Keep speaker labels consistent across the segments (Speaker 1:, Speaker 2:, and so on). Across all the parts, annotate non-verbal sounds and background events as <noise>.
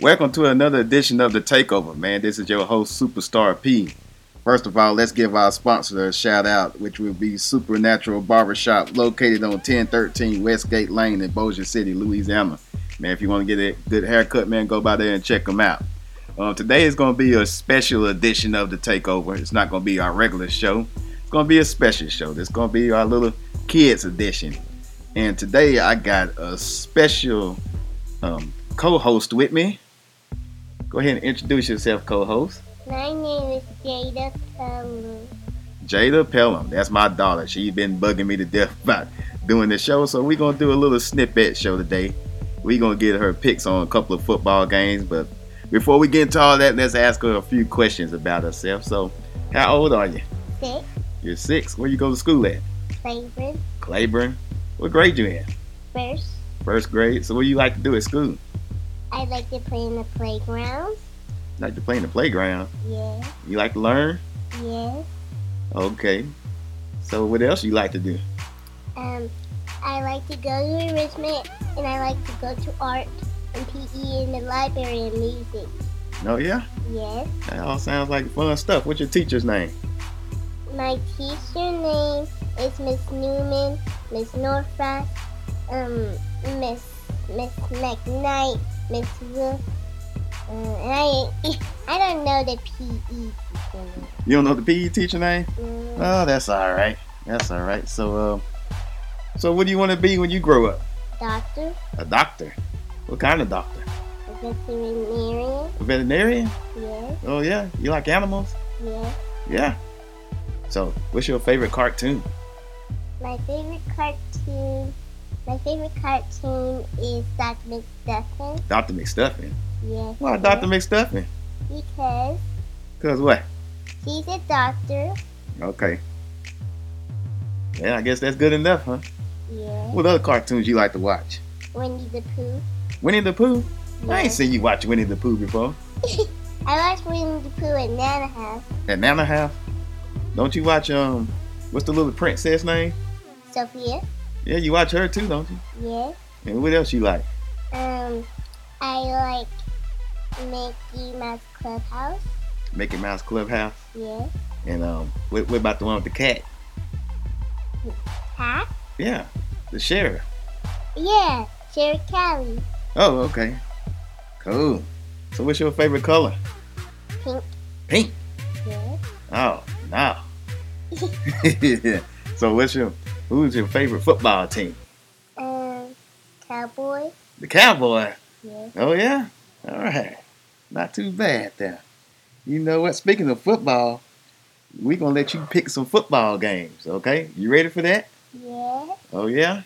Speaker 1: Welcome to another edition of The Takeover, man. This is your host, Superstar P. First of all, let's give our sponsor a shout out, which will be Supernatural Barbershop, located on 1013 Westgate Lane in Bossier City, Louisiana. Man, if you want to get a good haircut, man, go by there and check them out. Um, today is going to be a special edition of The Takeover. It's not going to be our regular show, it's going to be a special show. It's going to be our little kids edition. And today I got a special um, co host with me. Go ahead and introduce yourself, co host.
Speaker 2: My name is Jada Pelham.
Speaker 1: Jada Pelham. That's my daughter. She's been bugging me to death <laughs> about doing the show. So we're gonna do a little snippet show today. We're gonna get her picks on a couple of football games, but before we get into all that, let's ask her a few questions about herself. So how old are you?
Speaker 2: Six,
Speaker 1: You're six. Where you go to school at?
Speaker 2: favorite,
Speaker 1: Claiborne. What grade you in?
Speaker 2: first.
Speaker 1: First grade. So what do you like to do at school?
Speaker 2: I like to play in the playground.
Speaker 1: Like to play in the playground.
Speaker 2: Yeah,
Speaker 1: You like to learn?
Speaker 2: yeah.
Speaker 1: Okay. So what else you like to do?
Speaker 2: Um, I like to go to enrichment and I like to go to art and PE in the library and music.
Speaker 1: Oh yeah?
Speaker 2: Yes.
Speaker 1: That all sounds like fun stuff. What's your teacher's name?
Speaker 2: My teacher name is Miss Newman, Miss Norfrost, um, Miss Miss McKnight, Miss Will. Uh, and I <laughs> I don't know the PE. name.
Speaker 1: You don't know the PE teacher name?
Speaker 2: Mm.
Speaker 1: Oh, that's all right. That's all right. So, um, so what do you want to be when you grow up?
Speaker 2: doctor,
Speaker 1: A doctor. What kind of doctor?
Speaker 2: a veterinarian.
Speaker 1: A veterinarian?
Speaker 2: Yes,
Speaker 1: Oh yeah. You like animals?
Speaker 2: yes.
Speaker 1: Yeah. So, what's your favorite cartoon?
Speaker 2: My favorite cartoon, my favorite cartoon is Dr. McStuffin.
Speaker 1: Doctor McStuffin.
Speaker 2: Yes.
Speaker 1: Why
Speaker 2: yes,
Speaker 1: Doctor McStuffin?
Speaker 2: Because
Speaker 1: Cause what?
Speaker 2: she's a doctor.
Speaker 1: Okay. Yeah, I guess that's good enough, huh?
Speaker 2: Yes.
Speaker 1: What other cartoons you like to watch?
Speaker 2: Wendy the Pooh.
Speaker 1: Winnie the Pooh? I ain't
Speaker 2: Yes.
Speaker 1: seen you watch Winnie the Pooh before.
Speaker 2: I watched Winnie the Pooh at Nana House.
Speaker 1: At Nana House? Don't you watch um? What's the little princess name?
Speaker 2: Sophia.
Speaker 1: Yeah, you watch her too, don't you?
Speaker 2: Yes.
Speaker 1: And what else you like?
Speaker 2: Um, I like Mickey Mouse Clubhouse.
Speaker 1: Mickey Mouse Clubhouse.
Speaker 2: Yes.
Speaker 1: And um, what, what about the one with the cat?
Speaker 2: Huh?
Speaker 1: Yeah, the sheriff.
Speaker 2: Yeah. Sherry Kelly.
Speaker 1: Oh, okay. Cool. So, what's your favorite color?
Speaker 2: Pink.
Speaker 1: Pink.
Speaker 2: Yes.
Speaker 1: Oh, no. <laughs> so, what's your who's your favorite football team?
Speaker 2: Um, Cowboy.
Speaker 1: The Cowboy.
Speaker 2: Yes.
Speaker 1: Oh yeah. All right. Not too bad then. You know what? Speaking of football, we're gonna let you pick some football games. Okay? You ready for that?
Speaker 2: Yeah.
Speaker 1: Oh yeah.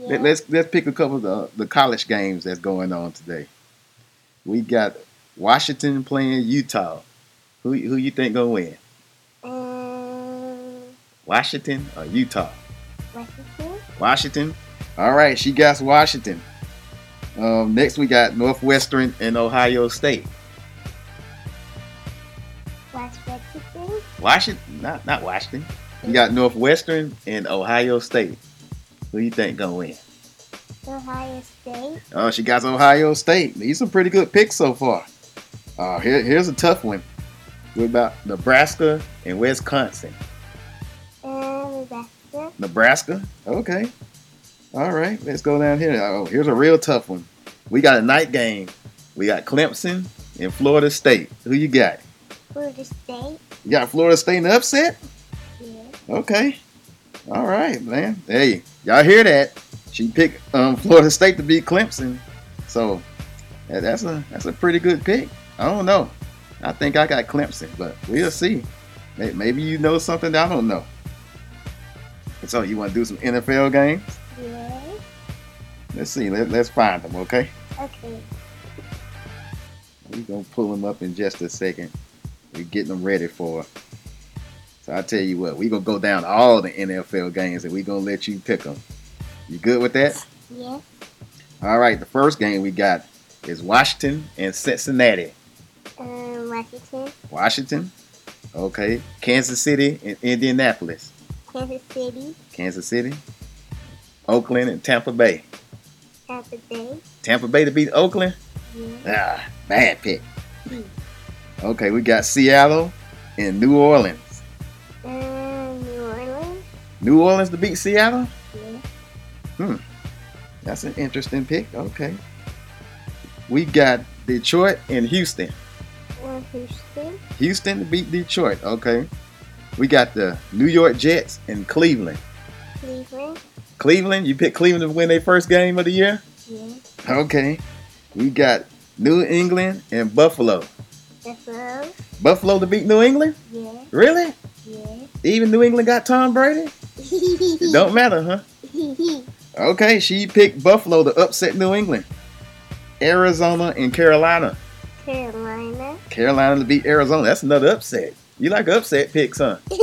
Speaker 2: Yeah.
Speaker 1: Let, us let's pick a couple of the, the college games that's going on today. We got Washington playing Utah. Who who you think gonna win?
Speaker 2: Um,
Speaker 1: Washington or Utah?
Speaker 2: Washington.
Speaker 1: Washington. All right, she got Washington. Um, next we got Northwestern and Ohio State.
Speaker 2: Washington.
Speaker 1: Washington, not not Washington. We got Northwestern and Ohio State. Who you think gonna win?
Speaker 2: Ohio State.
Speaker 1: Oh, she got Ohio State. These some pretty good picks so far. Uh, here, here's a tough one. What about Nebraska and Wisconsin?
Speaker 2: Um, Nebraska.
Speaker 1: Nebraska? Okay. All right, let's go down here. Oh, here's a real tough one. We got a night game. We got Clemson and Florida State. Who you got?
Speaker 2: Florida State.
Speaker 1: You got Florida State in the upset?
Speaker 2: Yes.
Speaker 1: Okay. All right, man. Hey, y'all hear that? She picked um, <laughs> Florida State to beat Clemson, so that- that's a that's a pretty good pick. I don't know. I think I got Clemson, but we'll see. May- Maybe you know something that I don't know. So you want to do some NFL games?
Speaker 2: Yes.
Speaker 1: Let's see. Let, let's find them. Okay.
Speaker 2: Okay.
Speaker 1: We're gonna pull them up in just a second. We're getting them ready for. So I tell you what, we're gonna go down all the NFL games and we're gonna let you pick them. You good with that?
Speaker 2: Yes.
Speaker 1: All right, the first game we got is Washington and Cincinnati.
Speaker 2: Um, Washington.
Speaker 1: Washington, okay. Kansas City and Indianapolis.
Speaker 2: Kansas City.
Speaker 1: Kansas City, Oakland and Tampa Bay.
Speaker 2: Tampa Bay.
Speaker 1: Tampa Bay to beat Oakland?
Speaker 2: Yes.
Speaker 1: Ah, Bad pick. Okay, we got Seattle and New Orleans.
Speaker 2: Uh, New Orleans.
Speaker 1: New Orleans to beat Seattle?
Speaker 2: Yeah.
Speaker 1: That's an interesting pick. Okay. We got Detroit and Houston.
Speaker 2: Or Houston.
Speaker 1: Houston to beat Detroit. Okay. We got the New York Jets and Cleveland.
Speaker 2: Cleveland.
Speaker 1: Cleveland, you picked Cleveland to win their first game of the year?
Speaker 2: Yeah.
Speaker 1: Okay. We got New England and Buffalo.
Speaker 2: Buffalo.
Speaker 1: Buffalo to beat New England?
Speaker 2: Yeah.
Speaker 1: Really?
Speaker 2: Yeah. <laughs>
Speaker 1: Even New England got Tom Brady? It don't matter, huh? Okay, she picked Buffalo to upset New England. Arizona and Carolina.
Speaker 2: Carolina. <laughs>
Speaker 1: Carolina to beat Arizona. That's another upset. You like upset picks, huh? <laughs>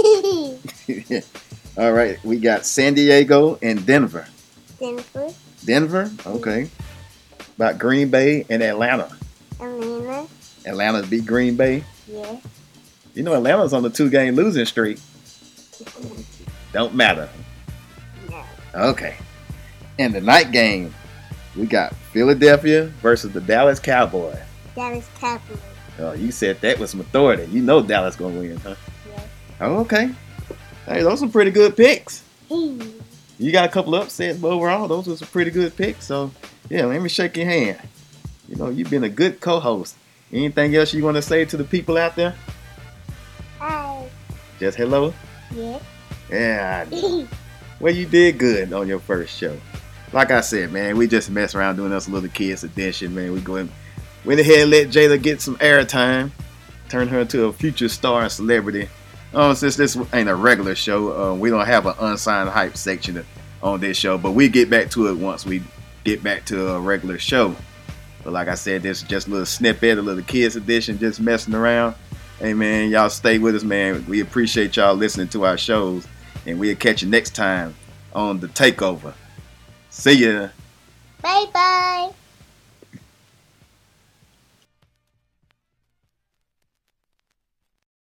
Speaker 1: All right, we got San Diego and Denver.
Speaker 2: Denver.
Speaker 1: Denver, okay. About Green Bay and Atlanta.
Speaker 2: Atlanta.
Speaker 1: Atlanta to beat Green Bay.
Speaker 2: Yeah.
Speaker 1: You know Atlanta's on the two-game losing streak. Don't matter.
Speaker 2: No.
Speaker 1: Okay. And the night game, we got Philadelphia versus the Dallas Cowboys.
Speaker 2: Dallas Cowboys.
Speaker 1: Oh, you said that with some authority. You know Dallas gonna win, huh?
Speaker 2: Yeah.
Speaker 1: Oh, okay. Hey, those are some pretty good picks.
Speaker 2: Hey.
Speaker 1: You got a couple upsets, but overall, those were some pretty good picks. So, yeah, let me shake your hand. You know, you've been a good co-host. Anything else you want to say to the people out there?
Speaker 2: Hi.
Speaker 1: Just hello.
Speaker 2: Yeah. <laughs>
Speaker 1: Yeah. I know. Well, you did good on your first show. Like I said, man, we just mess around doing us a little kids edition, man. We go in, went ahead and let Jayla get some airtime, turn her into a future star and celebrity. Um, since this ain't a regular show, uh, we don't have an unsigned hype section on this show, but we get back to it once we get back to a regular show. But like I said, this is just a little snippet, a little kids edition, just messing around. Hey man, y'all stay with us, man. We appreciate y'all listening to our shows, and we'll catch you next time on the takeover. See ya.
Speaker 2: Bye bye.